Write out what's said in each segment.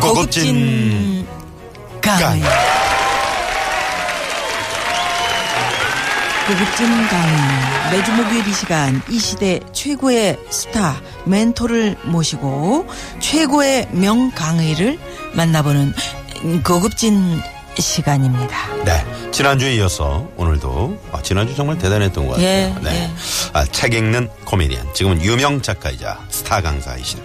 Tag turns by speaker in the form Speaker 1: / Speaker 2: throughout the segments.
Speaker 1: 고급진 강.
Speaker 2: 고급진 강의 네 매주 목요일 이 시간 이 시대 최고의 스타 멘토를 모시고 최고의 명 강의를 만나보는 고급진 시간입니다.
Speaker 1: 네. 지난주에 이어서 오늘도 아, 지난주 정말 대단했던 것 같아요.
Speaker 2: 예,
Speaker 1: 네.
Speaker 2: 예.
Speaker 1: 아, 책 읽는 코미디언. 지금은 유명 작가이자 스타 강사이신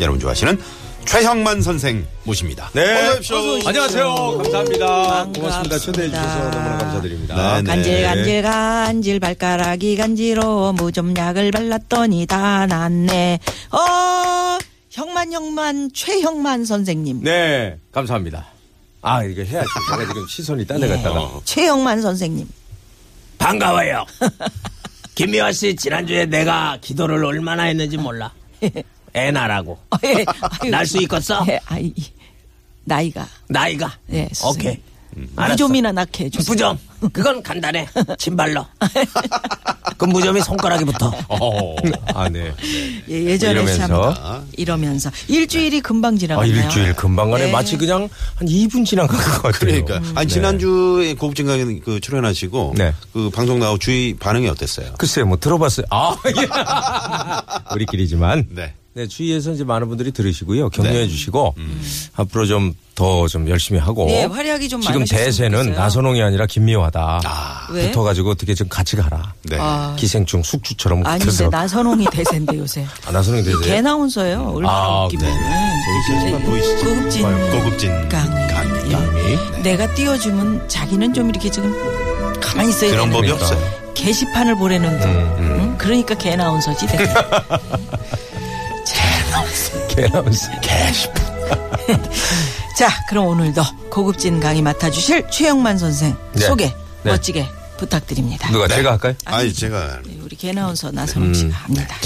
Speaker 1: 여러분 좋아하시는 최형만 선생 모십니다.
Speaker 3: 네.
Speaker 1: 어서 오십시오.
Speaker 3: 안녕하세요. 감사합니다.
Speaker 2: 반갑습니다.
Speaker 3: 고맙습니다. 초대해 주셔서 너무나 감사드립니다.
Speaker 1: 네, 네.
Speaker 2: 어, 간질 간질 간질 발가락이 간지러워 무좀약을 발랐더니 다 낫네. 어 형만 형만 최형만 선생님.
Speaker 3: 네, 감사합니다. 아, 이거 해야지. 제가 지금 시선이 딴 데 갔다가.
Speaker 4: 어.
Speaker 2: 최형만 선생님.
Speaker 5: 반가워요. 김미화 씨 지난주에 내가 기도를 얼마나 했는지 몰라. 애 나라고.
Speaker 2: 어, 예. 아유,
Speaker 5: 날 수 있겠어?
Speaker 2: 예, 아이 나이가
Speaker 5: 나이가.
Speaker 2: 예, 선생님.
Speaker 5: 오케이. 알았어.
Speaker 2: 무좀이나 낳게 해주세요.
Speaker 5: 부점. 그건 간단해. 신발로. 그 무좀이 손가락에 붙어.
Speaker 3: 어, 아, 네.
Speaker 2: 예, 예전에
Speaker 3: 이러면서.
Speaker 2: 참 이러면서 일주일이 금방
Speaker 3: 아,
Speaker 2: 지나갔네요.
Speaker 3: 일주일 금방 가네.
Speaker 2: 네.
Speaker 3: 마치 그냥 한 2분 지난 것 같아요.
Speaker 1: 그러니까 아니 지난주에 고급진 강의 그 출연하시고
Speaker 3: 음, 네.
Speaker 1: 그 방송 나오고 주위 반응이 어땠어요?
Speaker 3: 글쎄요, 뭐 들어봤어요. 아, 예. 우리끼리지만.
Speaker 1: 네.
Speaker 3: 네, 주위에서 이제 많은 분들이 들으시고요. 격려해 주시고
Speaker 1: 음.
Speaker 3: 앞으로 좀 더 좀 열심히 하고.
Speaker 2: 네, 활약이 좀
Speaker 3: 지금
Speaker 2: 많으셨으면
Speaker 3: 대세는
Speaker 2: 좋겠어요.
Speaker 3: 나선홍이 아니라 김미화다.
Speaker 2: 왜?
Speaker 3: 붙어가지고 어떻게 좀 같이 가라.
Speaker 1: 네.
Speaker 2: 아,
Speaker 3: 기생충 숙주처럼
Speaker 2: 아닌데
Speaker 3: 붙어서.
Speaker 2: 나선홍이 대세인데 요새.
Speaker 3: 아, 나선홍 대세.
Speaker 2: 개나운서예요. 얼마나
Speaker 3: 아,
Speaker 2: 웃기면.
Speaker 1: 음. 네. 보이시죠?
Speaker 2: 고급진
Speaker 1: 고급진
Speaker 2: 강의. 네.
Speaker 1: 강의. 네.
Speaker 3: 네.
Speaker 2: 내가 띄워주면 자기는 좀 이렇게 지금 가만히 있어야
Speaker 1: 그런
Speaker 2: 되는
Speaker 1: 법이
Speaker 2: 거예요.
Speaker 1: 없어요. 음,
Speaker 2: 게시판을 보내는 둥. 응? 그러니까 개나운서지. 대세.
Speaker 3: 개나운서.
Speaker 2: 자, 그럼 오늘도 고급진 강의 맡아주실 최영만 선생
Speaker 3: 네.
Speaker 2: 소개
Speaker 3: 네.
Speaker 2: 멋지게 부탁드립니다.
Speaker 3: 누가 제가 할까요?
Speaker 1: 네. 아니 제가
Speaker 2: 네, 우리 개나운서 나선홍
Speaker 1: 음.
Speaker 2: 씨가 합니다.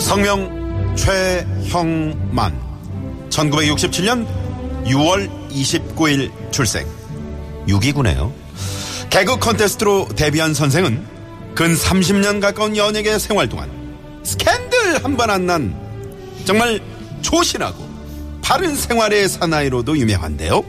Speaker 1: 성명 최형만 1967년 6월 29일 출생 6기구네요 개그 콘테스트로 데뷔한 선생은 근 30년 가까운 연예계 생활 동안 스캔들 한 번 안 난 정말 조신하고 바른 생활의 사나이로도 유명한데요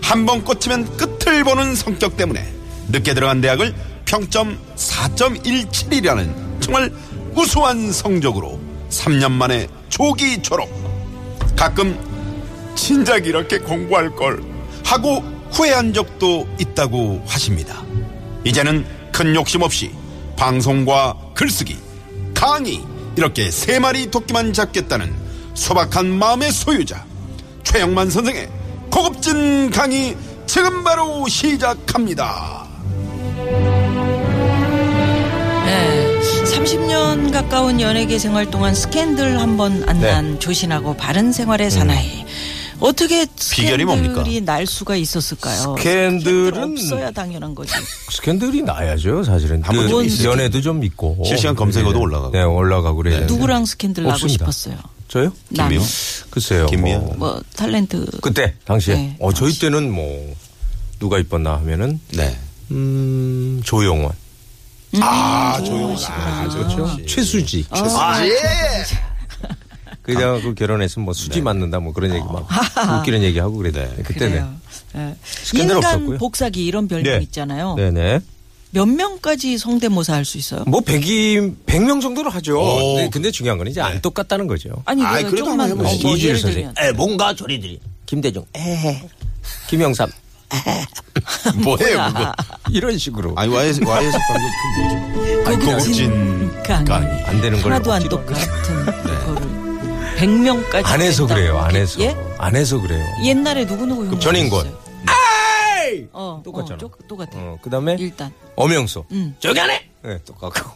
Speaker 1: 한 번 꽂히면 끝을 보는 성격 때문에 늦게 들어간 대학을 평점 4.17이라는 정말 우수한 성적으로 3년 만에 조기 졸업. 가끔 진작 이렇게 공부할 걸 하고 후회한 적도 있다고 하십니다. 이제는 큰 욕심 없이 방송과 글쓰기, 강의 이렇게 세 마리 토끼만 잡겠다는 소박한 마음의 소유자 최영만 선생의 고급진 강의 지금 바로 시작합니다.
Speaker 2: 네. 30년 가까운 연예계 생활 동안 스캔들 한 번
Speaker 3: 네.
Speaker 2: 안 난 조신하고 바른
Speaker 3: 음.
Speaker 2: 생활의 사나이. 어떻게
Speaker 1: 비결이 뭡니까?
Speaker 2: 스캔들이 날 수가 있었을까요?
Speaker 3: 스캔들은-
Speaker 2: 스캔들 어, 없어야 당연한 거지.
Speaker 3: 스캔들이 나야죠, 사실은.
Speaker 1: 한번
Speaker 3: 그
Speaker 1: 좀 있으세요?
Speaker 3: 연애도 좀 있고.
Speaker 1: 실시간 검색어도
Speaker 3: 네.
Speaker 1: 올라가고.
Speaker 3: 네, 올라가고 그래야 돼요.
Speaker 2: 누구랑 스캔들 나고
Speaker 3: 없습니다.
Speaker 2: 싶었어요?
Speaker 3: 저요?
Speaker 2: 남.
Speaker 1: 김미호?
Speaker 3: 글쎄요.
Speaker 1: 김미아.
Speaker 3: 뭐,
Speaker 2: 뭐 탤런트
Speaker 3: 그때 당시에.
Speaker 2: 네,
Speaker 3: 어, 저희
Speaker 2: 당시.
Speaker 3: 때는 뭐 누가 이뻤나 하면은
Speaker 1: 네.
Speaker 3: 음, 조용원.
Speaker 2: 음.
Speaker 1: 아, 조용히. 아, 예.
Speaker 3: 그렇죠. 최수지.
Speaker 2: 아,
Speaker 3: 그냥 그 결혼해서 뭐 수지
Speaker 1: 네.
Speaker 3: 맞는다 뭐 그런 얘기 막
Speaker 2: 아.
Speaker 3: 웃기는 얘기 하고 그래. 네. 그때는.
Speaker 2: 그래요. 예.
Speaker 3: 스캔들
Speaker 2: 인간
Speaker 3: 없었고요.
Speaker 2: 복사기 이런 별명
Speaker 3: 네.
Speaker 2: 있잖아요.
Speaker 3: 네네.
Speaker 2: 몇 명까지 성대모사 할 수 있어요?
Speaker 3: 뭐 100이 100명 정도는 하죠.
Speaker 1: 오.
Speaker 3: 네, 근데 중요한 건 이제 안 똑같다는 거죠.
Speaker 2: 아니,
Speaker 1: 아이,
Speaker 2: 그
Speaker 1: 그래도
Speaker 2: 조금만
Speaker 1: 한번 해보시죠.
Speaker 2: 뭐
Speaker 3: 이주일
Speaker 2: 예를
Speaker 3: 선생.
Speaker 2: 들면 예,
Speaker 5: 에 뭔가 저리들이. 김대중. 에,
Speaker 3: 김영삼 네,
Speaker 1: 뭐예요, 그거?
Speaker 3: 이런 식으로
Speaker 1: 아니, 와이에스, 와이에스 방금 그 뭐죠? 아니, 고급진
Speaker 2: 강의.
Speaker 1: 강의.
Speaker 3: 안 되는 걸
Speaker 2: 하나도 안
Speaker 3: 억지로
Speaker 2: 똑같은 거를 100명까지
Speaker 3: 안에서 그래요. 안에서
Speaker 2: 예?
Speaker 3: 안에서 그래요.
Speaker 2: 옛날에 누구누구 형
Speaker 3: 전인권.
Speaker 2: 있었어요?
Speaker 3: 아이!
Speaker 2: 어,
Speaker 3: 똑같잖아.
Speaker 2: 어, 똑- 똑같아.
Speaker 3: 어, 그다음에
Speaker 2: 일단. 음.
Speaker 3: 엄영소.
Speaker 5: 저기 안에
Speaker 3: 네, 똑같고.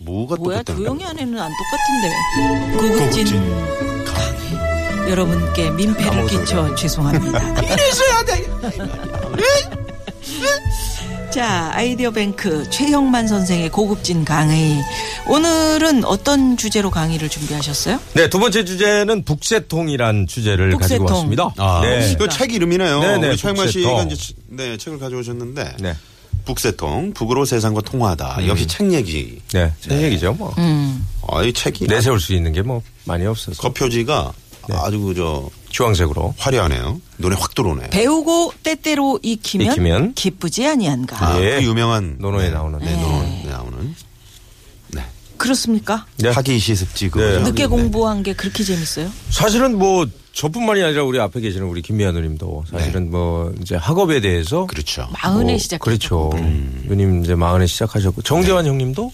Speaker 1: 뭐가
Speaker 2: 뭐야 그
Speaker 1: 똑같다는
Speaker 2: 조용히 안 해는 안 똑같은데 고급진, 강의. 여러분께 민폐를 끼쳐 죄송합니다
Speaker 4: 이래서야 돼.
Speaker 2: 자 아이디어 뱅크 최형만 선생의 고급진 강의 오늘은 어떤 주제로 강의를 준비하셨어요?
Speaker 3: 네, 두 번째 주제는 북새통이란 주제를
Speaker 2: 북새통.
Speaker 3: 가지고 왔습니다.
Speaker 1: 아,
Speaker 3: 네.
Speaker 1: 이거 책 이름이네요.
Speaker 3: 네, 네,
Speaker 1: 우리 최영만 씨가
Speaker 3: 북새통.
Speaker 1: 이제 치- 네, 책을 가져오셨는데
Speaker 3: 네. 음.
Speaker 1: 북새통 북으로 세상과 통화하다. 역시 책 얘기.
Speaker 3: 네, 제 얘기죠, 뭐.
Speaker 2: 음.
Speaker 1: 아, 이 책이
Speaker 3: 내세울 수 있는 게 뭐 많이 없어서.
Speaker 1: 겉표지가
Speaker 3: 네.
Speaker 1: 아주 그저
Speaker 3: 주황색으로.
Speaker 1: 화려하네요. 눈에 확 들어오네.
Speaker 2: 배우고 때때로 익히면,
Speaker 3: 익히면
Speaker 2: 기쁘지 아니한가
Speaker 1: 아,
Speaker 3: 예.
Speaker 1: 그 유명한
Speaker 3: 논어에
Speaker 1: 네,
Speaker 3: 나오는.
Speaker 1: 네, 논어에 나오는
Speaker 2: 그렇습니까?
Speaker 3: 네.
Speaker 1: 학위 시습지 그
Speaker 3: 네.
Speaker 2: 늦게 공부한 게 그렇게 재밌어요?
Speaker 3: 사실은 뭐 저뿐만이 아니라 우리 앞에 계시는 우리 김미아 누님도 사실은
Speaker 2: 네.
Speaker 3: 뭐 이제 학업에 대해서
Speaker 1: 그렇죠.
Speaker 2: 마흔에
Speaker 3: 뭐
Speaker 2: 시작
Speaker 3: 그렇죠. 누님 이제 마흔에 시작하셨고 정재환
Speaker 2: 네.
Speaker 3: 형님도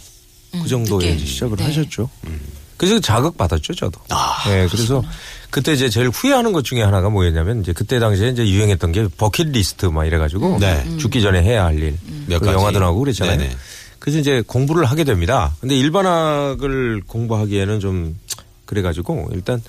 Speaker 3: 그 정도에
Speaker 2: 음, 늦게.
Speaker 3: 이제 시작을
Speaker 2: 네.
Speaker 3: 하셨죠.
Speaker 1: 음.
Speaker 3: 그래서 자극 받았죠, 저도.
Speaker 1: 아,
Speaker 3: 네, 그래서 그때 이제 제일 후회하는 것 중에 하나가 뭐였냐면 이제 그때 당시에 이제 유행했던 게 버킷리스트 막 이래가지고
Speaker 1: 네. 음.
Speaker 3: 죽기 전에 해야 할 일.
Speaker 1: 몇
Speaker 3: 그
Speaker 1: 가지.
Speaker 3: 영화도 나오고 그랬잖아요.
Speaker 1: 네네.
Speaker 3: 그래서 이제 공부를 하게 됩니다. 근데 일반학을 공부하기에는 좀 그래가지고 일단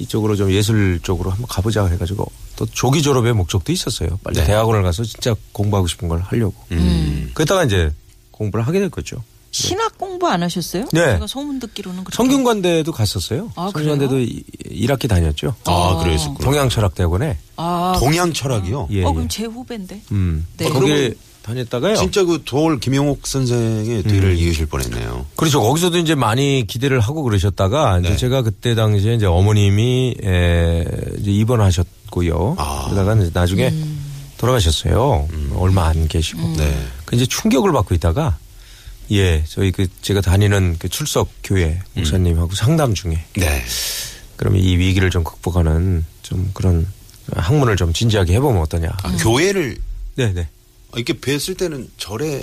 Speaker 3: 이쪽으로 좀 예술 쪽으로 한번 가보자 해가지고 또 조기 졸업의 목적도 있었어요. 빨리
Speaker 1: 네.
Speaker 3: 대학원을 가서 진짜 공부하고 싶은 걸 하려고.
Speaker 1: 음.
Speaker 2: 음.
Speaker 3: 그러다가 이제 공부를 하게 될 거죠.
Speaker 2: 신학 공부 안 하셨어요?
Speaker 3: 네.
Speaker 2: 제가 소문 듣기로는 그렇게
Speaker 3: 성균관대도 갔었어요.
Speaker 2: 아,
Speaker 3: 성균관대도 1학기 다녔죠.
Speaker 2: 어.
Speaker 1: 아, 그랬었구나.
Speaker 3: 동양철학대학원에.
Speaker 2: 아,
Speaker 1: 동양 철학이요.
Speaker 3: 예.
Speaker 2: 어
Speaker 3: 예.
Speaker 2: 그럼 제 후배인데
Speaker 3: 음.
Speaker 2: 네.
Speaker 3: 거기 다녔다가요.
Speaker 1: 진짜 그 도올 김용옥 선생의 뒤를
Speaker 3: 음.
Speaker 1: 이으실 뻔했네요.
Speaker 3: 그렇죠. 거기서도 이제 많이 기대를 하고 그러셨다가
Speaker 1: 네.
Speaker 3: 이제 제가 그때 당시에 이제 어머님이 에 이제 입원하셨고요.
Speaker 1: 아. 음.
Speaker 3: 그러다가 이제 나중에 돌아가셨어요. 얼마 안 계시고.
Speaker 1: 네.
Speaker 3: 그 이제 충격을 받고 있다가 예, 저희 그 제가 다니는 그 출석 교회
Speaker 1: 음.
Speaker 3: 목사님하고 상담 중에
Speaker 1: 네.
Speaker 3: 그러면 이 위기를 좀 극복하는 좀 그런 학문을 좀 진지하게 해보면 어떠냐.
Speaker 1: 아,
Speaker 2: 음.
Speaker 1: 교회를
Speaker 3: 네, 네.
Speaker 1: 이렇게 뵀을 때는 절에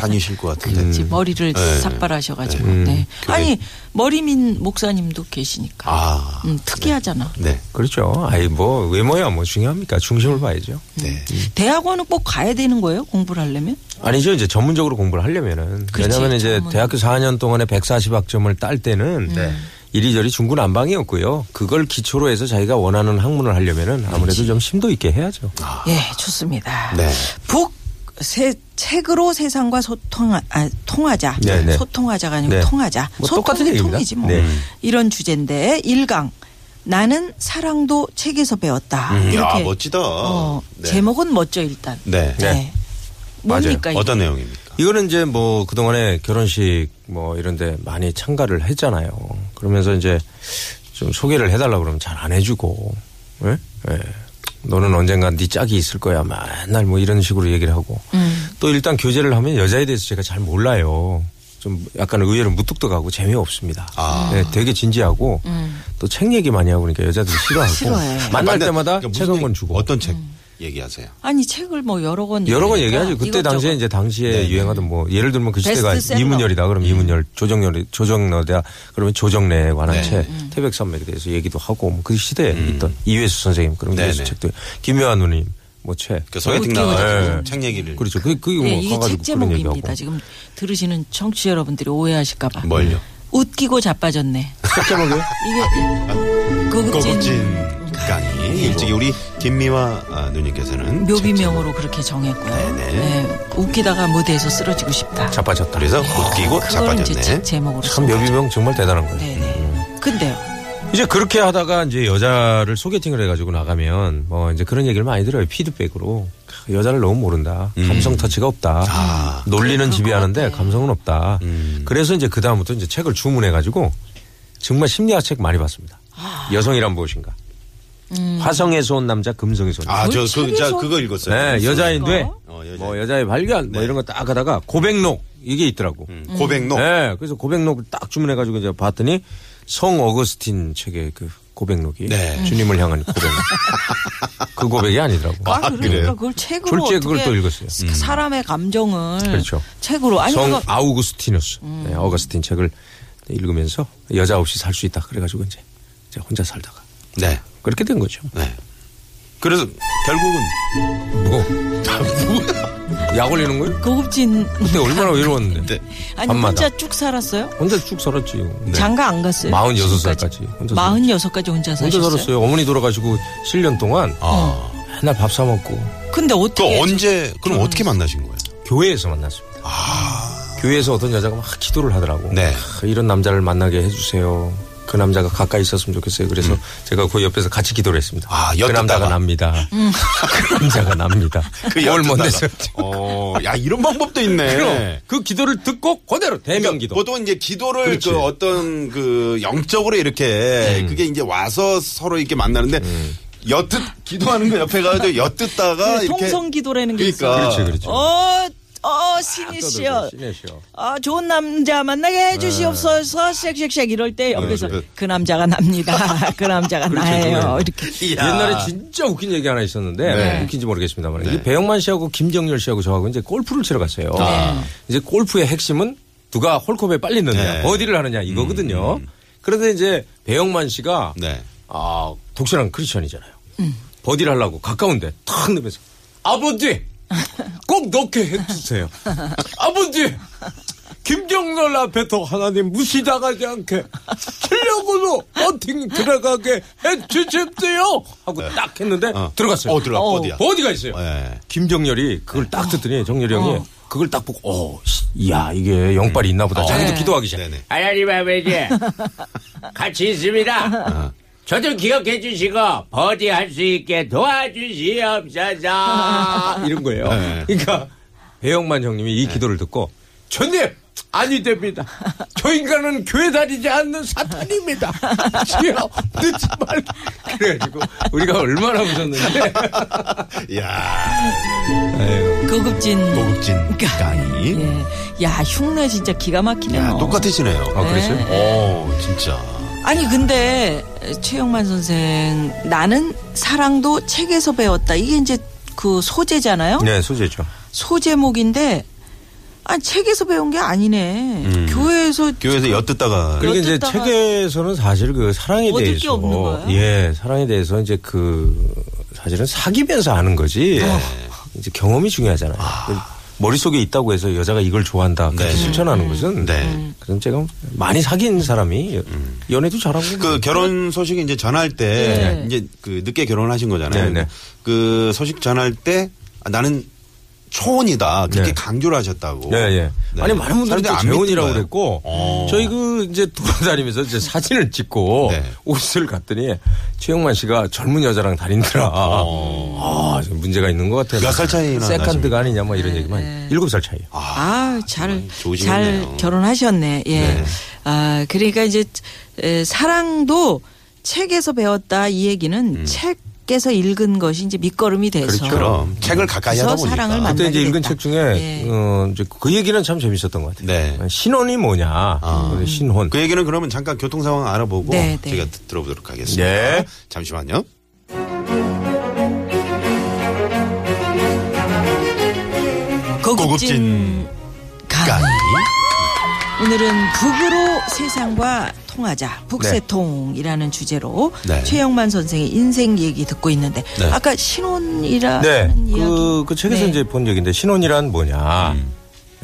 Speaker 1: 다니실 것 같은데.
Speaker 2: 그렇지 음. 머리를
Speaker 1: 네.
Speaker 2: 삭발하셔가지고
Speaker 3: 음.
Speaker 2: 네.
Speaker 1: 교회-
Speaker 2: 아니 머리민 목사님도 계시니까
Speaker 1: 아,
Speaker 2: 음, 특이하잖아.
Speaker 1: 네.
Speaker 3: 그렇죠. 아이 뭐 외모야 뭐 중요합니까? 중심을 봐야죠.
Speaker 1: 네.
Speaker 3: 음.
Speaker 2: 대학원은 꼭 가야 되는 거예요? 공부를 하려면?
Speaker 3: 아니죠. 이제 전문적으로 공부를 하려면은.
Speaker 2: 그렇지,
Speaker 3: 왜냐하면 이제
Speaker 2: 전문.
Speaker 3: 대학교 4년 동안에 140학점을 딸 때는
Speaker 2: 네.
Speaker 3: 이리저리 중구난방이었고요. 그걸 기초로 해서 자기가 원하는 학문을 하려면은 아무래도 좀 심도 있게 해야죠.
Speaker 2: 예,
Speaker 3: 아.
Speaker 2: 좋습니다.
Speaker 1: 네.
Speaker 2: 북 세, 책으로 세상과 소통 아, 통하자.
Speaker 3: 네, 네.
Speaker 2: 소통하자가 아니고
Speaker 3: 네.
Speaker 2: 통하자.
Speaker 3: 뭐
Speaker 2: 소통은
Speaker 3: 똑같은 얘기입니다.
Speaker 2: 통이지 뭐.
Speaker 3: 네.
Speaker 2: 이런 주제인데 일강 나는 사랑도 책에서 배웠다.
Speaker 1: 음,
Speaker 2: 이렇게
Speaker 1: 야, 멋지다.
Speaker 2: 어,
Speaker 1: 네.
Speaker 2: 제목은 멋져 일단.
Speaker 1: 네.
Speaker 3: 네.
Speaker 2: 뭡니까? 이게?
Speaker 1: 어떤 내용입니까?
Speaker 3: 이거는 이제 뭐 그동안에 결혼식 뭐 이런데 많이 참가를 했잖아요. 그러면서 이제 좀 소개를 해달라 그러면 잘 안 해주고, 예? 예. 너는 언젠가 네 짝이 있을 거야. 맨날 뭐 이런 식으로 얘기를 하고. 또 일단 교제를 하면 여자에 대해서 제가 잘 몰라요. 좀 약간 의외로 무뚝뚝하고 재미없습니다.
Speaker 1: 아.
Speaker 3: 예, 되게 진지하고 또 책 얘기 많이 하고 그러니까 여자들이 싫어하고
Speaker 2: 싫어해.
Speaker 3: 만날
Speaker 1: 근데
Speaker 3: 때마다
Speaker 1: 그러니까
Speaker 3: 책
Speaker 1: 무슨
Speaker 3: 한 권
Speaker 1: 얘기-
Speaker 3: 주고
Speaker 1: 어떤 책
Speaker 2: 음.
Speaker 1: 얘기하세요?
Speaker 2: 아니 책을 뭐 여러 권
Speaker 3: 여러 권
Speaker 2: 읽으니까
Speaker 3: 얘기하죠. 그때
Speaker 2: 이것저것.
Speaker 3: 당시에 이제 당시에 유행하던 뭐 예를 들면 그 시대가
Speaker 2: 베스트셀러. 음.
Speaker 3: 이문열이다. 그럼 이문열, 조정열, 조정너다. 그러면 조정래에 관한
Speaker 1: 네. 음.
Speaker 3: 책, 태백산맥에 대해서 얘기도 하고 뭐그 시대에 있던 이회수 선생님, 그럼
Speaker 1: 네네.
Speaker 3: 이회수 책도 김효한 누님 뭐 책.
Speaker 1: 그 소개팅
Speaker 2: 웃기고
Speaker 1: 나가서
Speaker 3: 네.
Speaker 1: 책 얘기를.
Speaker 3: 그렇죠. 그게 그게
Speaker 2: 네,
Speaker 3: 뭐
Speaker 2: 이게
Speaker 3: 가가지고
Speaker 2: 책
Speaker 3: 그런 얘기하고.
Speaker 2: 제목입니다. 지금 들으시는 청취자 여러분들이 오해하실까봐.
Speaker 3: 뭐?
Speaker 1: 뭘요?
Speaker 2: 웃기고 자빠졌네.
Speaker 3: 제목이요? 아,
Speaker 2: 이게 고급진
Speaker 1: 고급진 강의. 일찍이 우리 김미화 아, 누님께서는
Speaker 2: 음. 묘비명으로 그렇게 정했고요.
Speaker 1: 네네.
Speaker 2: 네, 웃기다가 무대에서 쓰러지고 싶다.
Speaker 1: 자빠졌다. 그래서 웃기고
Speaker 2: 아, 그거는 이제
Speaker 1: 어, 자빠졌네.
Speaker 2: 책 제목으로.
Speaker 3: 참
Speaker 2: 쓴 거죠.
Speaker 3: 묘비명 정말 대단한 거예요.
Speaker 2: 네네. 근데요.
Speaker 3: 이제 그렇게 하다가 이제 여자를 소개팅을 해가지고 나가면 뭐 이제 그런 얘기를 많이 들어요. 피드백으로. 여자를 너무 모른다. 감성 터치가 없다.
Speaker 1: 음. 아.
Speaker 3: 논리는
Speaker 2: 그럴
Speaker 3: 지배하는데
Speaker 2: 것 같아.
Speaker 3: 감성은 없다.
Speaker 1: 음.
Speaker 3: 그래서 이제 그다음부터 이제 책을 주문해가지고 정말 심리학 책 많이 봤습니다. 여성이란 무엇인가. 화성에서 온 남자, 금성에서 온 남자.
Speaker 1: 아, 저,
Speaker 2: 뭘
Speaker 1: 그, 자,
Speaker 2: 책에서-
Speaker 1: 그거 읽었어요.
Speaker 3: 네, 여자인 뇌,
Speaker 1: 어, 여자인 네.
Speaker 3: 뭐 여자의 발견, 뭐 이런 거 딱 하다가 고백록 이게 있더라고.
Speaker 1: 음, 고백노.
Speaker 3: 네, 그래서 고백록을 딱 주문해가지고 이제 봤더니 성 어거스틴 책의 그 고백록이
Speaker 1: 네.
Speaker 3: 주님을 향한 고백. 그 고백이 아니더라고.
Speaker 2: 아,
Speaker 1: 아,
Speaker 2: 그러니까
Speaker 1: 그래요?
Speaker 2: 그걸 책으로
Speaker 3: 졸지에 그걸
Speaker 2: 어떻게
Speaker 3: 또 읽었어요.
Speaker 2: 사- 사람의 감정을
Speaker 3: 그렇죠.
Speaker 2: 책으로 아니
Speaker 3: 성
Speaker 2: 그거 음.
Speaker 3: 아우구스티누스 네, 어거스틴 책을 읽으면서 여자 없이 살 수 있다 그래가지고 이제, 이제 혼자 살다가
Speaker 1: 네.
Speaker 3: 그렇게 된 거죠.
Speaker 1: 네. 그래서 결국은
Speaker 3: 뭐,
Speaker 1: 다 아, 뭐야?
Speaker 3: 약 올리는 거예요?
Speaker 2: 고급진.
Speaker 3: 근데 얼마나 외로웠는데.
Speaker 1: 네.
Speaker 2: 아니
Speaker 3: 밤마다.
Speaker 2: 혼자 쭉 살았어요?
Speaker 3: 혼자 쭉 살았지.
Speaker 2: 장가 안 갔어요?
Speaker 3: 46살까지. 혼자 살았지.
Speaker 2: 46까지 혼자
Speaker 3: 혼자
Speaker 2: 사셨어요?
Speaker 3: 살았어요. 어머니 돌아가시고 7년 동안
Speaker 1: 아.
Speaker 2: 음.
Speaker 3: 맨날 밥 사 먹고
Speaker 2: 근데
Speaker 1: 또
Speaker 2: 어떻게
Speaker 1: 언제 그럼 어떻게 만나신 거예요?
Speaker 3: 교회에서 만났습니다. 교회에서 어떤 여자가 막 기도를 하더라고.
Speaker 1: 아. 네.
Speaker 3: 아, 이런 남자를 만나게 해주세요. 그 남자가 가까이 있었으면 좋겠어요. 그래서 제가 그 옆에서 같이 기도를 했습니다.
Speaker 1: 음. 아,
Speaker 3: 그 남자가
Speaker 1: 엿듣다가. 음.
Speaker 3: 납니다. 그 남자가 납니다. 뭘못
Speaker 1: 그 엿듣다가.
Speaker 3: 내서.
Speaker 1: 어, 야 이런 방법도 있네.
Speaker 3: 그럼 그 기도를 듣고 그대로 대면 기도.
Speaker 1: 보통 이제 기도를
Speaker 3: 그렇지. 음.
Speaker 1: 그 어떤 그 영적으로 이렇게 그게 이제 와서 서로 이렇게 만나는데 엿듣 기도하는 거 옆에 가서 엿듣다가 이렇게
Speaker 2: 그 통성 기도라는 게 있어요.
Speaker 1: 그러니까
Speaker 3: 그렇죠, 그렇죠.
Speaker 2: 어, 어, 신이시여.
Speaker 3: 시내시여.
Speaker 2: 아, 좋은 남자 만나게 해주시옵소서, 쉑쉑쉑 이럴 때 옆에서
Speaker 1: 네, 네.
Speaker 2: 그 남자가 납니다. 그 남자가 나예요. 이렇게.
Speaker 1: 이야.
Speaker 3: 옛날에 진짜 웃긴 얘기 하나 있었는데
Speaker 1: 네.
Speaker 3: 웃긴지 모르겠습니다만
Speaker 1: 네.
Speaker 3: 이게 배영만 씨하고 김정열 씨하고 저하고 이제 골프를 치러 갔어요.
Speaker 1: 아.
Speaker 3: 이제 골프의 핵심은 누가 홀컵에 빨리 넣느냐,
Speaker 1: 네. 음,
Speaker 3: 버디를 하느냐 이거거든요. 그런데 이제 배영만 씨가
Speaker 1: 네.
Speaker 3: 아 독실한 크리스천이잖아요. 버디를 하려고 가까운데 탁 넣으면서 아버지 꼭 넣게 해주세요. 아버지 김정열 앞에서 하나님 무시당하지 않게 실력으로 어팅 들어가게 해주십시오 하고 딱 했는데
Speaker 1: 어.
Speaker 3: 네. 들어갔어요.
Speaker 1: 어, 들어가. 버디야.
Speaker 3: 버디가 있어요. 예.
Speaker 1: 네.
Speaker 3: 김정열이 그걸 딱 듣더니 정열이 형이 그걸 딱 보고 어, 씨, 이야 이게 영빨이 있나 보다. 자기도 기도하기 시작.
Speaker 1: 네네.
Speaker 5: 하나님 아버지 같이 있습니다. 저도 기억해 주시고 버디 할 수 있게 도와주시옵소서.
Speaker 3: 이런 거예요.
Speaker 1: 네.
Speaker 3: 그러니까 배영만 형님이 이 기도를 듣고 전님 아니 됩니다. 저 인간은 교회 다니지 않는 사탄입니다. 지어 늦지 말라. 그래가지고 우리가 얼마나 웃었는데.
Speaker 1: 예. 야
Speaker 3: 아유,
Speaker 2: 고급진.
Speaker 3: 어,
Speaker 1: 고급진
Speaker 2: 그러니까.
Speaker 1: 강의.
Speaker 2: 예. 야, 흉내 진짜 기가 막히네요.
Speaker 1: 야 똑같으시네요.
Speaker 3: 아 그랬어요?
Speaker 1: 오 진짜.
Speaker 2: 아니 근데 최영만 선생 나는 사랑도 책에서 배웠다 이게 이제 그 소재잖아요
Speaker 3: 네 소재죠.
Speaker 2: 소제목인데 아 책에서 배운 게 아니네 교회에서
Speaker 1: 교회에서 엿듣다가
Speaker 3: 그러니까 이제
Speaker 2: 어쨌다가-
Speaker 3: 책에서는 사실 그 사랑에
Speaker 2: 얻을 게
Speaker 3: 대해서
Speaker 2: 없는 거예요?
Speaker 3: 예 사랑에 대해서 이제 그 사실은 사귀면서 아는 거지 예. 이제 경험이 중요하잖아요. 그 머릿속에 있다고 해서 여자가 이걸 좋아한다 그렇게
Speaker 1: 네.
Speaker 3: 실천하는 것은
Speaker 1: 네. 음.
Speaker 3: 그럼 제가 많이 사귄 사람이 여- 연애도 잘하고 뭐
Speaker 1: 그 결혼 소식 이제 전할
Speaker 2: 네.
Speaker 1: 때 이제 그 늦게 결혼하신 거잖아요.
Speaker 3: 네, 네.
Speaker 1: 그 소식 전할 때 아, 나는 초혼이다 그렇게
Speaker 3: 네.
Speaker 1: 강조를 하셨다고.
Speaker 3: 예, 예.
Speaker 1: 네.
Speaker 3: 아니, 많은
Speaker 1: 사람들이
Speaker 3: 분들이 또
Speaker 1: 안
Speaker 3: 재혼이라고
Speaker 1: 믿던가요?
Speaker 3: 그랬고,
Speaker 1: 어.
Speaker 3: 저희 그 이제 돌아다니면서 이제 사진을 찍고
Speaker 1: 네.
Speaker 3: 옷을 갔더니 최영만 씨가 젊은 여자랑 다닌더라. 아, 좀 문제가 있는 것 같아요.
Speaker 1: 어. 몇살 차이나
Speaker 3: 세컨드가 아니냐, 뭐
Speaker 2: 네,
Speaker 3: 이런 얘기만. 일곱 살 차이.
Speaker 2: 아, 잘,
Speaker 1: 좋으시겠네요.
Speaker 2: 잘 결혼하셨네. 예.
Speaker 1: 네.
Speaker 2: 아, 그러니까 이제 에, 사랑도 책에서 배웠다 이 얘기는 책에서 읽은 것이 이제 밑거름이 돼서
Speaker 1: 음. 그렇죠. 그럼 책을 가까이 하다
Speaker 2: 그래서
Speaker 1: 보니까
Speaker 2: 사랑을 만나-
Speaker 3: 그때 이제 읽은
Speaker 2: 만나게
Speaker 3: 책 중에
Speaker 2: 됐다. 예.
Speaker 3: 어, 이제 그 얘기는 참 재밌었던 것 같아요.
Speaker 1: 네.
Speaker 3: 신혼이 뭐냐. 신혼.
Speaker 1: 그 얘기는 그러면 잠깐 교통 상황 알아보고
Speaker 2: 네, 네.
Speaker 1: 제가 드- 들어보도록 하겠습니다.
Speaker 3: 네.
Speaker 1: 잠시만요. 그
Speaker 2: 고급진 강. 오늘은 북으로 세상과 통하자 북새통이라는 주제로
Speaker 1: 네.
Speaker 2: 최영만 선생의 인생 얘기 듣고 있는데
Speaker 1: 네.
Speaker 2: 아까 신혼이라는
Speaker 3: 네.
Speaker 2: 이야기
Speaker 3: 그, 그 책에서
Speaker 2: 네.
Speaker 3: 이제 본 얘기인데 신혼이란 뭐냐.
Speaker 1: 음.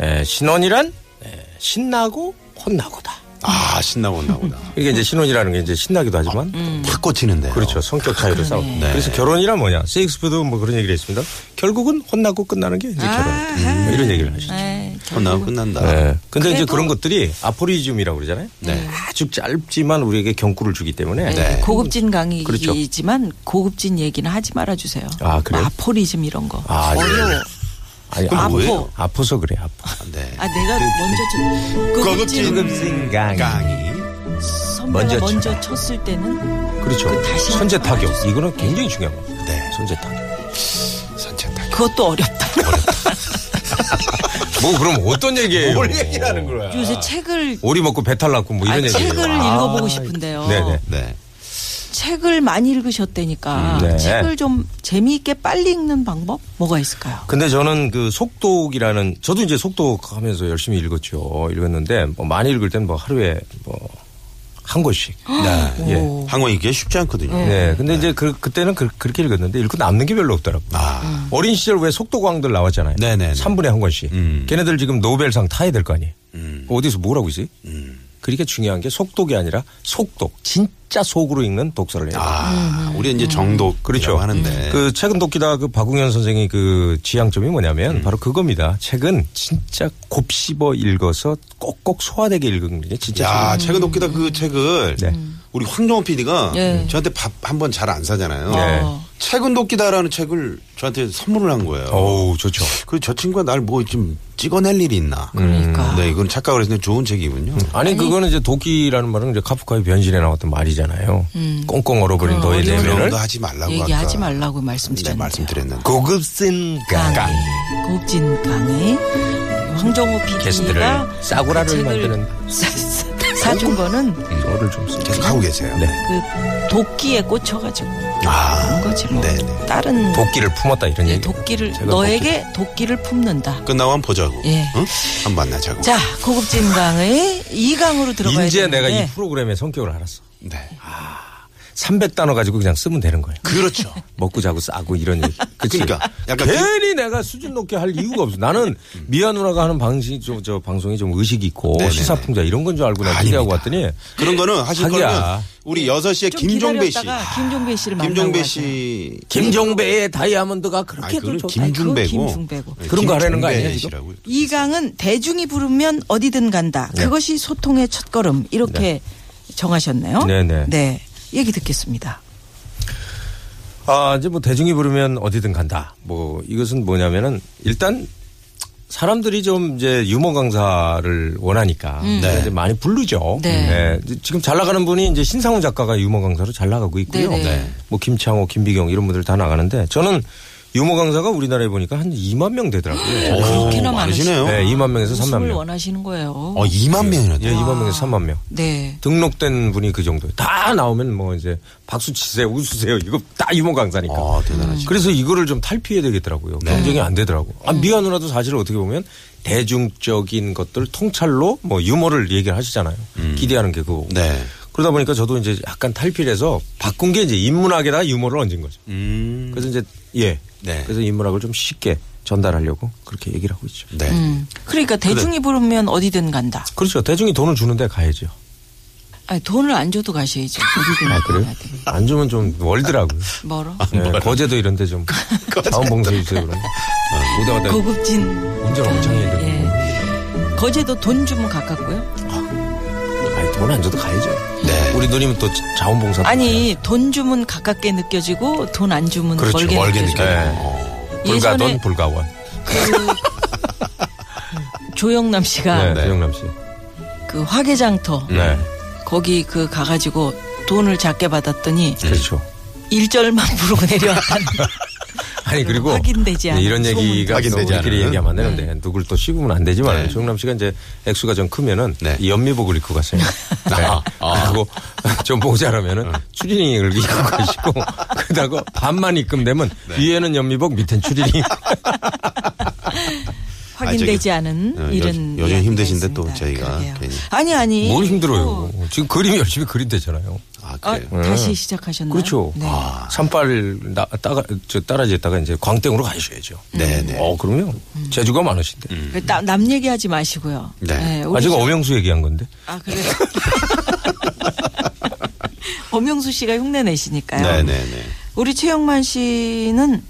Speaker 3: 에, 신혼이란 에, 신나고 혼나고다.
Speaker 1: 아 신나고 나보다
Speaker 3: 이게 이제 신혼이라는 게 이제 신나기도 하지만
Speaker 2: 아, 음.
Speaker 1: 탁 꽂히는데요.
Speaker 3: 그렇죠. 성격 차이로 싸우.
Speaker 1: 네.
Speaker 3: 그래서 결혼이란 뭐냐? 세익스피도 뭐 그런 얘기를 했습니다. 결국은 혼나고 끝나는 게 이제
Speaker 2: 아,
Speaker 3: 결혼. 뭐 이런 얘기를 하시죠.
Speaker 2: 네,
Speaker 1: 혼나면 끝난다.
Speaker 3: 네. 근데 이제
Speaker 2: 그래도- 네.
Speaker 3: 그런 것들이 아포리즘이라고 그러잖아요. 아주 짧지만 우리에게 경구를 주기 때문에
Speaker 1: 네.
Speaker 2: 그 고급진
Speaker 3: 그렇죠.
Speaker 2: 강의이지만 고급진 얘기는 하지 말아주세요.
Speaker 3: 아, 그래요?
Speaker 2: 뭐 아포리즘 이런 거.
Speaker 3: 아, 예.
Speaker 2: 어려워.
Speaker 3: 아니,
Speaker 1: 그럼
Speaker 3: 아포.
Speaker 1: 뭐예요?
Speaker 3: 아파서 그래. 아파.
Speaker 1: 네.
Speaker 2: 아, 내가 먼저 쳤, 고급진,
Speaker 1: 고급진
Speaker 2: 아,
Speaker 3: 강의.
Speaker 2: 선배가
Speaker 3: 먼저
Speaker 2: 먼저,
Speaker 3: 쳐라.
Speaker 2: 쳤을 때는
Speaker 3: 그렇죠.
Speaker 2: 그 다시 한번
Speaker 3: 선제 타격. 이거는 굉장히 중요한 겁니다.
Speaker 1: 네.
Speaker 3: 선제 타격.
Speaker 1: 선택 다
Speaker 2: 그것도 어렵다.
Speaker 3: 뭐 그럼 어떤 얘기예요?
Speaker 1: 뭘 얘기하는 거야?
Speaker 2: 요새 책을
Speaker 3: 오리 먹고 배탈 났고 뭐
Speaker 2: 아,
Speaker 3: 이런 얘기.
Speaker 2: 책을
Speaker 1: 아,
Speaker 2: 읽어보고 싶은데요.
Speaker 3: 네네.
Speaker 1: 네.
Speaker 2: 책을 많이 읽으셨다니까
Speaker 3: 음, 네.
Speaker 2: 책을 좀 재미있게 빨리 읽는 방법 뭐가 있을까요?
Speaker 3: 근데 저는 그 속독이라는 저도 이제 속독하면서 열심히 읽었죠. 읽었는데 뭐 많이 읽을 땐 뭐 하루에 뭐 한 권씩.
Speaker 2: 아.
Speaker 1: 네.
Speaker 3: 예.
Speaker 1: 항원 읽기 쉽지 않거든요.
Speaker 3: 네. 근데 이제 그, 그때는 그, 렇게 읽었는데 읽고 남는 게 별로 없더라고요.
Speaker 1: 아.
Speaker 3: 어린 시절 왜 속도광들 나왔잖아요.
Speaker 1: 네네네.
Speaker 3: 3분에 한 권씩.
Speaker 1: 음.
Speaker 3: 걔네들 지금 노벨상 타야 될 거 아니에요. 어디서 뭘 하고 있어요?
Speaker 1: 음.
Speaker 3: 그렇게 중요한 게 속독이 아니라 속독. 진짜 속으로 읽는 독서를 해야 돼요.
Speaker 1: 아, 우리
Speaker 2: 음.
Speaker 1: 이제 정독
Speaker 3: 그렇죠.
Speaker 1: 그렇죠 하는데
Speaker 3: 그 책은 돕기다 그 박웅현 선생이 그 지향점이 뭐냐면 바로 그겁니다. 책은 진짜 곱씹어 읽어서 꼭꼭 소화되게 읽는 게 진짜
Speaker 1: 야, 책은 돕기다 그 책을
Speaker 3: 음. 네.
Speaker 1: 우리 황정호 PD가
Speaker 2: 예.
Speaker 1: 저한테 밥 한 번 잘 안 사잖아요.
Speaker 3: 네.
Speaker 1: 책은 돕기다라는 책을 저한테 선물을 한 거예요.
Speaker 3: 어우, 좋죠.
Speaker 1: 그리고 저 친구가 날 뭐 좀 찍어낼 일이 있나.
Speaker 2: 그러니까.
Speaker 1: 네, 이건 착각을 했는데 좋은 책이군요.
Speaker 3: 아니, 그거는 이제 독이라는 말은 이제 카프카의 변신에 나왔던 말이잖아요. 꽁꽁 얼어버린
Speaker 2: 그럼
Speaker 3: 너의
Speaker 2: 음. 어려운
Speaker 3: 내면을 그
Speaker 1: 그런도 하지 말라고
Speaker 2: 얘기하지
Speaker 1: 아까
Speaker 2: 말라고
Speaker 1: 이제
Speaker 2: 말씀드렸는데.
Speaker 1: 말씀드렸는데.
Speaker 3: 고급진
Speaker 2: 강의. 고진 강의. 황정호 PD가 음.
Speaker 3: 게스트를
Speaker 2: 그
Speaker 3: 싸구라를 만드는
Speaker 2: 사준 거는
Speaker 3: 이거를 좀 쓰.
Speaker 1: 계속 하고 계세요.
Speaker 3: 네.
Speaker 2: 그 도끼에 꽂혀가지고
Speaker 1: 아,
Speaker 2: 그런 거지 뭐.
Speaker 1: 네네.
Speaker 2: 다른
Speaker 3: 도끼를 품었다 이런
Speaker 2: 예,
Speaker 3: 얘기.
Speaker 2: 도끼를
Speaker 3: 제가
Speaker 2: 너에게 도끼를 품는다.
Speaker 1: 끝나고 한번 보자고.
Speaker 2: 예.
Speaker 1: 응? 한번 만나자고.
Speaker 2: 자, 고급진 강의 2강으로 들어가야
Speaker 3: 이제 내가 이
Speaker 2: 되는데
Speaker 3: 프로그램의 성격을 알았어.
Speaker 1: 네.
Speaker 3: 300단어 가지고 그냥 쓰면 되는 거예요.
Speaker 1: 그렇죠.
Speaker 3: 먹고 자고 싸고 이런 얘기. 그치?
Speaker 1: 그러니까 약간
Speaker 3: 괜히 내가 수준 높게 할 이유가 없어. 나는 미아 누나가 하는 방식 저, 저 방송이 좀 의식 있고
Speaker 1: 네네네.
Speaker 3: 시사풍자 이런 건 줄 알고 내가
Speaker 1: 아닙니다.
Speaker 3: 기대하고 왔더니
Speaker 1: 그런 거는 하실
Speaker 3: 자기야.
Speaker 1: 거면 우리 6시에
Speaker 2: 좀
Speaker 1: 김종배 씨.
Speaker 2: 기다렸다가 김종배 씨를 만나고
Speaker 1: 김종배
Speaker 2: 하자.
Speaker 1: 씨.
Speaker 3: 김종배의 다이아몬드가
Speaker 1: 아니,
Speaker 3: 그렇게도
Speaker 1: 그건
Speaker 3: 좋다.
Speaker 1: 김준배고.
Speaker 2: 김준배고.
Speaker 1: 네,
Speaker 3: 그런 거 하라는 거
Speaker 1: 김준배
Speaker 3: 아니에요, 지금?
Speaker 1: 씨라고.
Speaker 2: 이 강은 대중이 부르면 어디든 간다.
Speaker 3: 네.
Speaker 2: 그것이 소통의 첫걸음 이렇게 정하셨네요.
Speaker 3: 네네.
Speaker 2: 네. 얘기 듣겠습니다.
Speaker 3: 아, 이제 뭐 대중이 부르면 어디든 간다. 뭐 이것은 뭐냐면은 일단 사람들이 좀 이제 유머 강사를 원하니까
Speaker 1: 네.
Speaker 3: 이제 많이 부르죠.
Speaker 2: 음. 네.
Speaker 3: 예, 지금 잘 나가는 분이 이제 신상훈 작가가 유머 강사로 잘 나가고 있고요.
Speaker 2: 네네. 네.
Speaker 3: 뭐 김창호, 김비경 이런 분들 다 나가는데 저는 유머 강사가 우리나라에 보니까 한 2만 명 되더라고요.
Speaker 2: 그렇게나
Speaker 1: 오, 어,
Speaker 2: 많으시네요.
Speaker 1: 많으시네요.
Speaker 3: 네, 2만 명에서 3만
Speaker 2: 웃음을
Speaker 3: 명.
Speaker 2: 원하시는 아. 거예요.
Speaker 1: 어, 2만 명이나
Speaker 3: 예,
Speaker 1: 돼요.
Speaker 3: 2만 명에서 3만 명.
Speaker 2: 네.
Speaker 3: 등록된 분이 그 정도예요. 다 나오면 뭐 이제 박수 치세요, 웃으세요. 이거 다 유머 강사니까.
Speaker 1: 아, 대단하시네. 네.
Speaker 3: 그래서 이거를 좀 탈피해야 되겠더라고요. 경쟁이 안 되더라고. 아,
Speaker 2: 네.
Speaker 3: 미아 누나도 사실 어떻게 보면 대중적인 것들 통찰로 뭐 유머를 얘기를 하시잖아요. 기대하는 게 그거.
Speaker 1: 음. 네.
Speaker 3: 그러다 보니까 저도 이제 약간 탈피를 해서 바꾼 게 이제 인문학에다가 유머를 얹은 거죠.
Speaker 1: 음.
Speaker 3: 그래서 이제 예.
Speaker 1: 네.
Speaker 3: 그래서 인문학을 좀 쉽게 전달하려고 그렇게 얘기를 하고 있죠.
Speaker 1: 네.
Speaker 2: 음. 그러니까 대중이 부르면 어디든 간다.
Speaker 3: 그렇죠. 대중이 돈을 주는데 가야죠.
Speaker 2: 아니, 돈을 안 줘도 가셔야죠. 어디든
Speaker 3: 아, 그래요?
Speaker 2: 가야 돼.
Speaker 3: 안 주면 좀 멀더라고요.
Speaker 2: 아, 멀어?
Speaker 3: 예, 거제도 이런 데 좀 자원봉사해 주세요, 그럼. 오다 가다
Speaker 2: 고급진
Speaker 3: 운전 엄청 해야 되고.
Speaker 2: 예. 거제도 돈 주면 가깝고요.
Speaker 3: 아니 돈 안 줘도 가야죠. 우리 누님은 또 자- 자원봉사.
Speaker 2: 네. 아니 돈 주면 가깝게 느껴지고 돈 안 주면
Speaker 3: 그렇죠.
Speaker 2: 멀게,
Speaker 1: 멀게
Speaker 2: 느껴져요.
Speaker 1: 느껴요.
Speaker 3: 네.
Speaker 1: 어.
Speaker 2: 예전에
Speaker 3: 불가돈 불가원. 네,
Speaker 2: 그 조영남 씨가
Speaker 3: 네, 조영남 씨.
Speaker 2: 그 화개장터
Speaker 3: 네,
Speaker 2: 거기 그 가가지고 돈을 작게 받았더니
Speaker 1: 네.
Speaker 3: 그렇죠.
Speaker 2: 일절만 부르고
Speaker 1: 아,
Speaker 2: 내려왔다는
Speaker 3: 아니 그리고 네,
Speaker 2: 확인되지 않은 네.
Speaker 3: 이런 얘기가
Speaker 1: 소문도.
Speaker 3: 또
Speaker 1: 확인되지
Speaker 3: 우리끼리
Speaker 1: 않은.
Speaker 3: 얘기하면 안 되는데 네, 누굴 또 씹으면 안 되지만
Speaker 1: 네.
Speaker 3: 조영남 씨가 이제 액수가 좀 크면은
Speaker 1: 네. 아,
Speaker 3: 이 연미복을 입고 갔어요. 네. 그리고 좀 모자라면은 추리닝을 입고 가시고 그러다가 반만 입금되면
Speaker 1: 네.
Speaker 3: 위에는 연미복 밑엔 추리닝.
Speaker 2: 확인되지 않은
Speaker 1: 어, 요-
Speaker 2: 이런
Speaker 1: 요즘
Speaker 2: 이야기가
Speaker 1: 힘드신데 또
Speaker 2: 있습니다.
Speaker 1: 저희가
Speaker 2: 그러게요.
Speaker 1: 괜히.
Speaker 2: 아니 아니
Speaker 3: 뭘 힘들어요. 지금 그림 열심히 그린대잖아요.
Speaker 1: 아,
Speaker 2: 아,
Speaker 1: 그래요.
Speaker 2: 다시 시작하셨나요?
Speaker 3: 그렇죠.
Speaker 2: 네.
Speaker 1: 아.
Speaker 3: 산발 나, 따가, 저, 따라지다가 이제 광땡으로 가셔야죠.
Speaker 1: 네, 네.
Speaker 3: 어, 그럼요.
Speaker 2: 음.
Speaker 3: 재주가 많으신데.
Speaker 2: 그 나- 남 얘기하지 마시고요.
Speaker 1: 네.
Speaker 3: 아,
Speaker 2: 우리
Speaker 3: 제가
Speaker 2: 저-
Speaker 3: 오명수 얘기한 건데.
Speaker 2: 아, 그래요? 엄영수 씨가 흉내 내시니까요.
Speaker 1: 네, 네, 네.
Speaker 2: 우리 최영만 씨는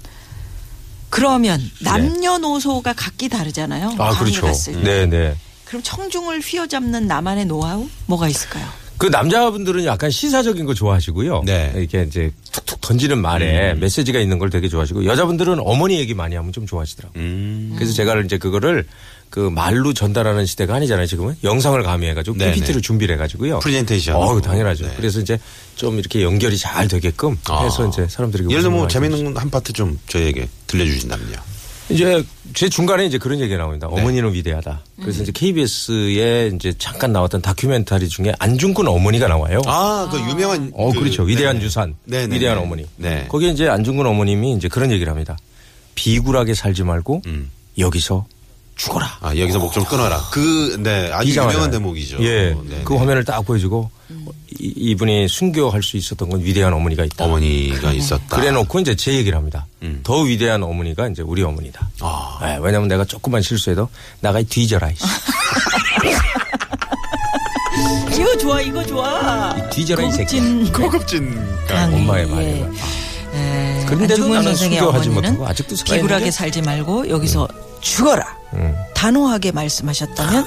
Speaker 2: 그러면 남녀노소가 각기 다르잖아요.
Speaker 3: 네. 아,
Speaker 2: 방을
Speaker 3: 그렇죠.
Speaker 2: 갔을 때.
Speaker 3: 네, 네.
Speaker 2: 그럼 청중을 휘어잡는 나만의 노하우 뭐가 있을까요?
Speaker 3: 그 남자분들은 약간 시사적인 거 좋아하시고요.
Speaker 1: 네.
Speaker 3: 이렇게 이제 툭툭 던지는 말에 메시지가 있는 걸 되게 좋아하시고 여자분들은 어머니 얘기 많이 하면 좀 좋아하시더라고요.
Speaker 1: 음.
Speaker 3: 그래서 제가 이제 그거를 그 말로 전달하는 시대가 아니잖아요. 지금은 영상을 가미해가지고
Speaker 1: 네네.
Speaker 3: PPT를 준비를 해가지고요.
Speaker 1: 프레젠테이션.
Speaker 3: 어, 당연하죠.
Speaker 1: 네.
Speaker 3: 그래서 이제 좀 이렇게 연결이 잘 되게끔 해서
Speaker 1: 아.
Speaker 3: 이제 사람들이
Speaker 1: 예를 들어 뭐
Speaker 3: 웃음을 많이
Speaker 1: 재밌는 한 파트 좀 저희에게 들려주신다면요.
Speaker 3: 이제 제 중간에 이제 그런 얘기가 나옵니다.
Speaker 1: 네.
Speaker 3: 어머니는 위대하다.
Speaker 1: 음.
Speaker 3: 그래서 이제 KBS에 이제 잠깐 나왔던 다큐멘터리 중에 안중근 어머니가 나와요.
Speaker 1: 아, 그 유명한.
Speaker 3: 어,
Speaker 1: 그-
Speaker 3: 그, 렇죠 위대한 유산.
Speaker 1: 네네네.
Speaker 3: 위대한 어머니.
Speaker 1: 네.
Speaker 3: 거기에 이제 안중근 어머님이 이제 그런 얘기를 합니다. 비굴하게 살지 말고
Speaker 1: 음.
Speaker 3: 여기서
Speaker 2: 죽어라.
Speaker 1: 아, 여기서 목 좀 끊어라. 그, 네. 아주
Speaker 3: 비장하잖아요.
Speaker 1: 유명한 대목이죠.
Speaker 3: 예.
Speaker 1: 네,
Speaker 3: 그
Speaker 1: 네.
Speaker 3: 화면을 딱 보여주고 이, 이분이 순교할 수 있었던 건 위대한 어머니가 있다.
Speaker 1: 어머니가 있었다.
Speaker 3: 그래 놓고 이제 제 얘기를 합니다. 더 위대한 어머니가 이제 우리 어머니다.
Speaker 1: 아.
Speaker 3: 예, 왜냐면 내가 조금만 실수해도 나가 이 뒤져라. 이씨.
Speaker 2: 이거 좋아, 이거 좋아.
Speaker 3: 뒤져라 이 새끼.
Speaker 2: 진
Speaker 1: 고급진.
Speaker 2: 강의.
Speaker 3: 엄마의 말이에요.
Speaker 2: 에, 예.
Speaker 3: 그런데도
Speaker 2: 안중근
Speaker 3: 나는
Speaker 2: 선생의
Speaker 3: 순교하지
Speaker 2: 어머니는
Speaker 3: 못하고 아직도 네. 살아있는
Speaker 2: 비굴하게
Speaker 3: 게?
Speaker 2: 살지 말고 여기서 죽어라.
Speaker 3: 음.
Speaker 2: 단호하게 말씀하셨다면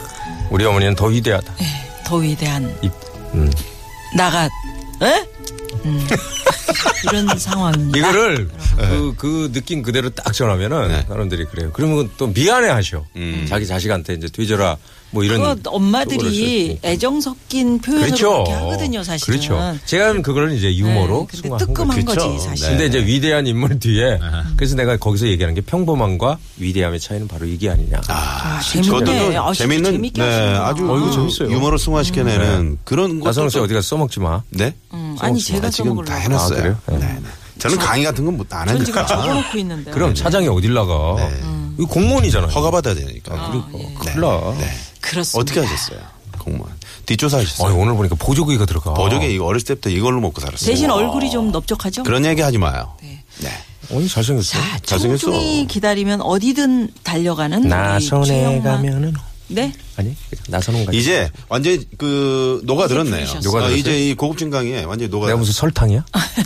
Speaker 3: 우리 어머니는 더 위대하다.
Speaker 2: 예, 더 위대한
Speaker 3: 이- 음.
Speaker 2: 나가 에? 음. 이런 상황입니다.
Speaker 3: 이거를
Speaker 2: 네.
Speaker 3: 그, 그 느낌 그대로 딱 전하면은
Speaker 1: 네. 음.
Speaker 3: 사람들이 그래요. 그러면 또 미안해 하셔. 자기 자식한테 이제 뒤져라 뭐 이런.
Speaker 2: 그거
Speaker 3: 쪽으로 쓸수
Speaker 2: 엄마들이
Speaker 3: 있고.
Speaker 2: 애정 섞인 표현을
Speaker 3: 그렇죠.
Speaker 2: 그렇게 하거든요, 사실은.
Speaker 3: 그렇죠. 제가 그걸 이제 유머로
Speaker 2: 네, 근데
Speaker 3: 승화한 거죠.
Speaker 2: 뜨끔한 거지, 네.
Speaker 1: 그렇죠.
Speaker 2: 사실.
Speaker 3: 근데 이제 위대한 인물
Speaker 1: 네.
Speaker 3: 뒤에 그래서 내가 거기서 얘기하는 게 평범함과 위대함의 차이는 바로 이게 아니냐.
Speaker 2: 아,
Speaker 1: 저도
Speaker 2: 재밌네. 아, 진짜
Speaker 1: 재밌는,
Speaker 2: 재밌게
Speaker 1: 네.
Speaker 2: 하시는구나.
Speaker 1: 아주
Speaker 3: 어, 이거 재밌어요. 음, 네.
Speaker 1: 유머를 승화시켜내는 그런 것.
Speaker 3: 나선호 씨 어디 가서 써먹지 마.
Speaker 1: 네?
Speaker 2: 음, 아니, 제가
Speaker 1: 지금 다
Speaker 2: 써먹으려고.
Speaker 3: 아,
Speaker 1: 해놨어요.
Speaker 3: 그래요?
Speaker 1: 네. 네. 저는 강의 같은 건 못 안
Speaker 2: 전 지금
Speaker 1: 하니까.
Speaker 2: 적어놓고 있는데.
Speaker 3: 그러니까. 그럼 차장이 어딜 나가? 이거 공무원이잖아요.
Speaker 1: 네.
Speaker 3: 그러니까
Speaker 1: 허가받아야 되니까. 그리고. 네.
Speaker 3: 큰일 나.
Speaker 1: 네.
Speaker 2: 그렇습니다.
Speaker 1: 어떻게 하셨어요? 공무원. 뒷조사
Speaker 3: 어이,
Speaker 1: 하셨어요.
Speaker 3: 오늘 보니까 보조개가 들어가.
Speaker 1: 보조개 이거 어렸을 때부터 이걸로 먹고 살았어요. 어.
Speaker 2: 대신 얼굴이 좀 넓적하죠?
Speaker 1: 그런 얘기 하지 마요.
Speaker 2: 네.
Speaker 1: 네.
Speaker 3: 오늘 잘생겼어.
Speaker 2: 자,
Speaker 1: 잘생겼어.
Speaker 2: 청중이 기다리면 어디든 달려가는 우리
Speaker 3: 나선에
Speaker 2: 최영만.
Speaker 3: 가면은
Speaker 2: 네.
Speaker 3: 아니 나선호 가
Speaker 1: 네. 이제 완전히 그 녹아들었네요.
Speaker 2: 이제
Speaker 3: 풀리셨어요.
Speaker 1: 아, 이제 이 고급진 강의에 완전히 녹아.
Speaker 3: 내가 무슨 설탕이야?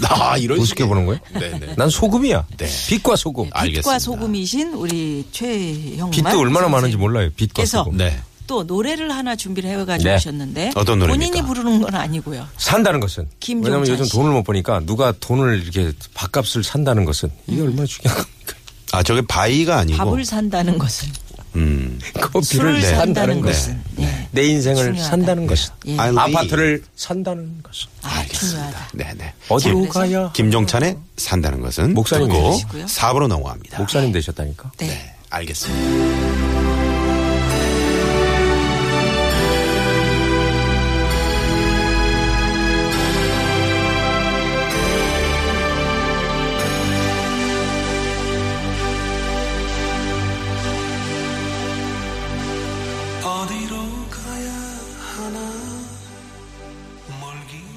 Speaker 1: 아 이런
Speaker 3: 우습게
Speaker 1: 식의-
Speaker 3: 보는 거야?
Speaker 1: 네네.
Speaker 3: 난 소금이야.
Speaker 1: 네.
Speaker 3: 빛과 소금.
Speaker 1: 알겠습니다.
Speaker 2: 빛과 소금이신 우리 최형만.
Speaker 3: 빛도 얼마나 많은지 몰라요. 빛과
Speaker 2: 그래서
Speaker 3: 소금.
Speaker 1: 네.
Speaker 2: 또 노래를 하나 준비를 해가지고
Speaker 3: 네. 뭐?
Speaker 2: 오셨는데
Speaker 1: 어떤 노래입니까?
Speaker 2: 본인이 부르는 건 아니고요.
Speaker 3: 산다는 것은
Speaker 2: 김종찬
Speaker 3: 왜냐면 요즘
Speaker 2: 씨.
Speaker 3: 돈을 못 버니까 누가 돈을 이렇게 밥값을 산다는 것은
Speaker 2: 음.
Speaker 3: 이게 얼마나 중요한 겁니까?
Speaker 1: 아 저게 바위가 아니고.
Speaker 2: 밥을 산다는 것은
Speaker 1: 음.
Speaker 3: 커피를
Speaker 2: 술을
Speaker 3: 네.
Speaker 2: 산다는
Speaker 3: 산다는 것은
Speaker 2: 것은 예.
Speaker 3: 내 인생을
Speaker 2: 중요하다.
Speaker 1: 네.
Speaker 3: 산다는 것은
Speaker 2: 예.
Speaker 1: I love
Speaker 3: 아파트를 산다는 것은
Speaker 2: 아, 중요하다.
Speaker 1: 네네.
Speaker 3: 어디로
Speaker 1: 김-
Speaker 3: 가야
Speaker 1: 김종찬의 산다는 것은
Speaker 3: 목사님
Speaker 1: 듣고
Speaker 2: 되시고요.
Speaker 1: 4부로 넘어갑니다.
Speaker 3: 목사님 되셨다니까.
Speaker 2: 네.
Speaker 1: 네. 알겠습니다.
Speaker 6: 어디로 가야 하나 멀기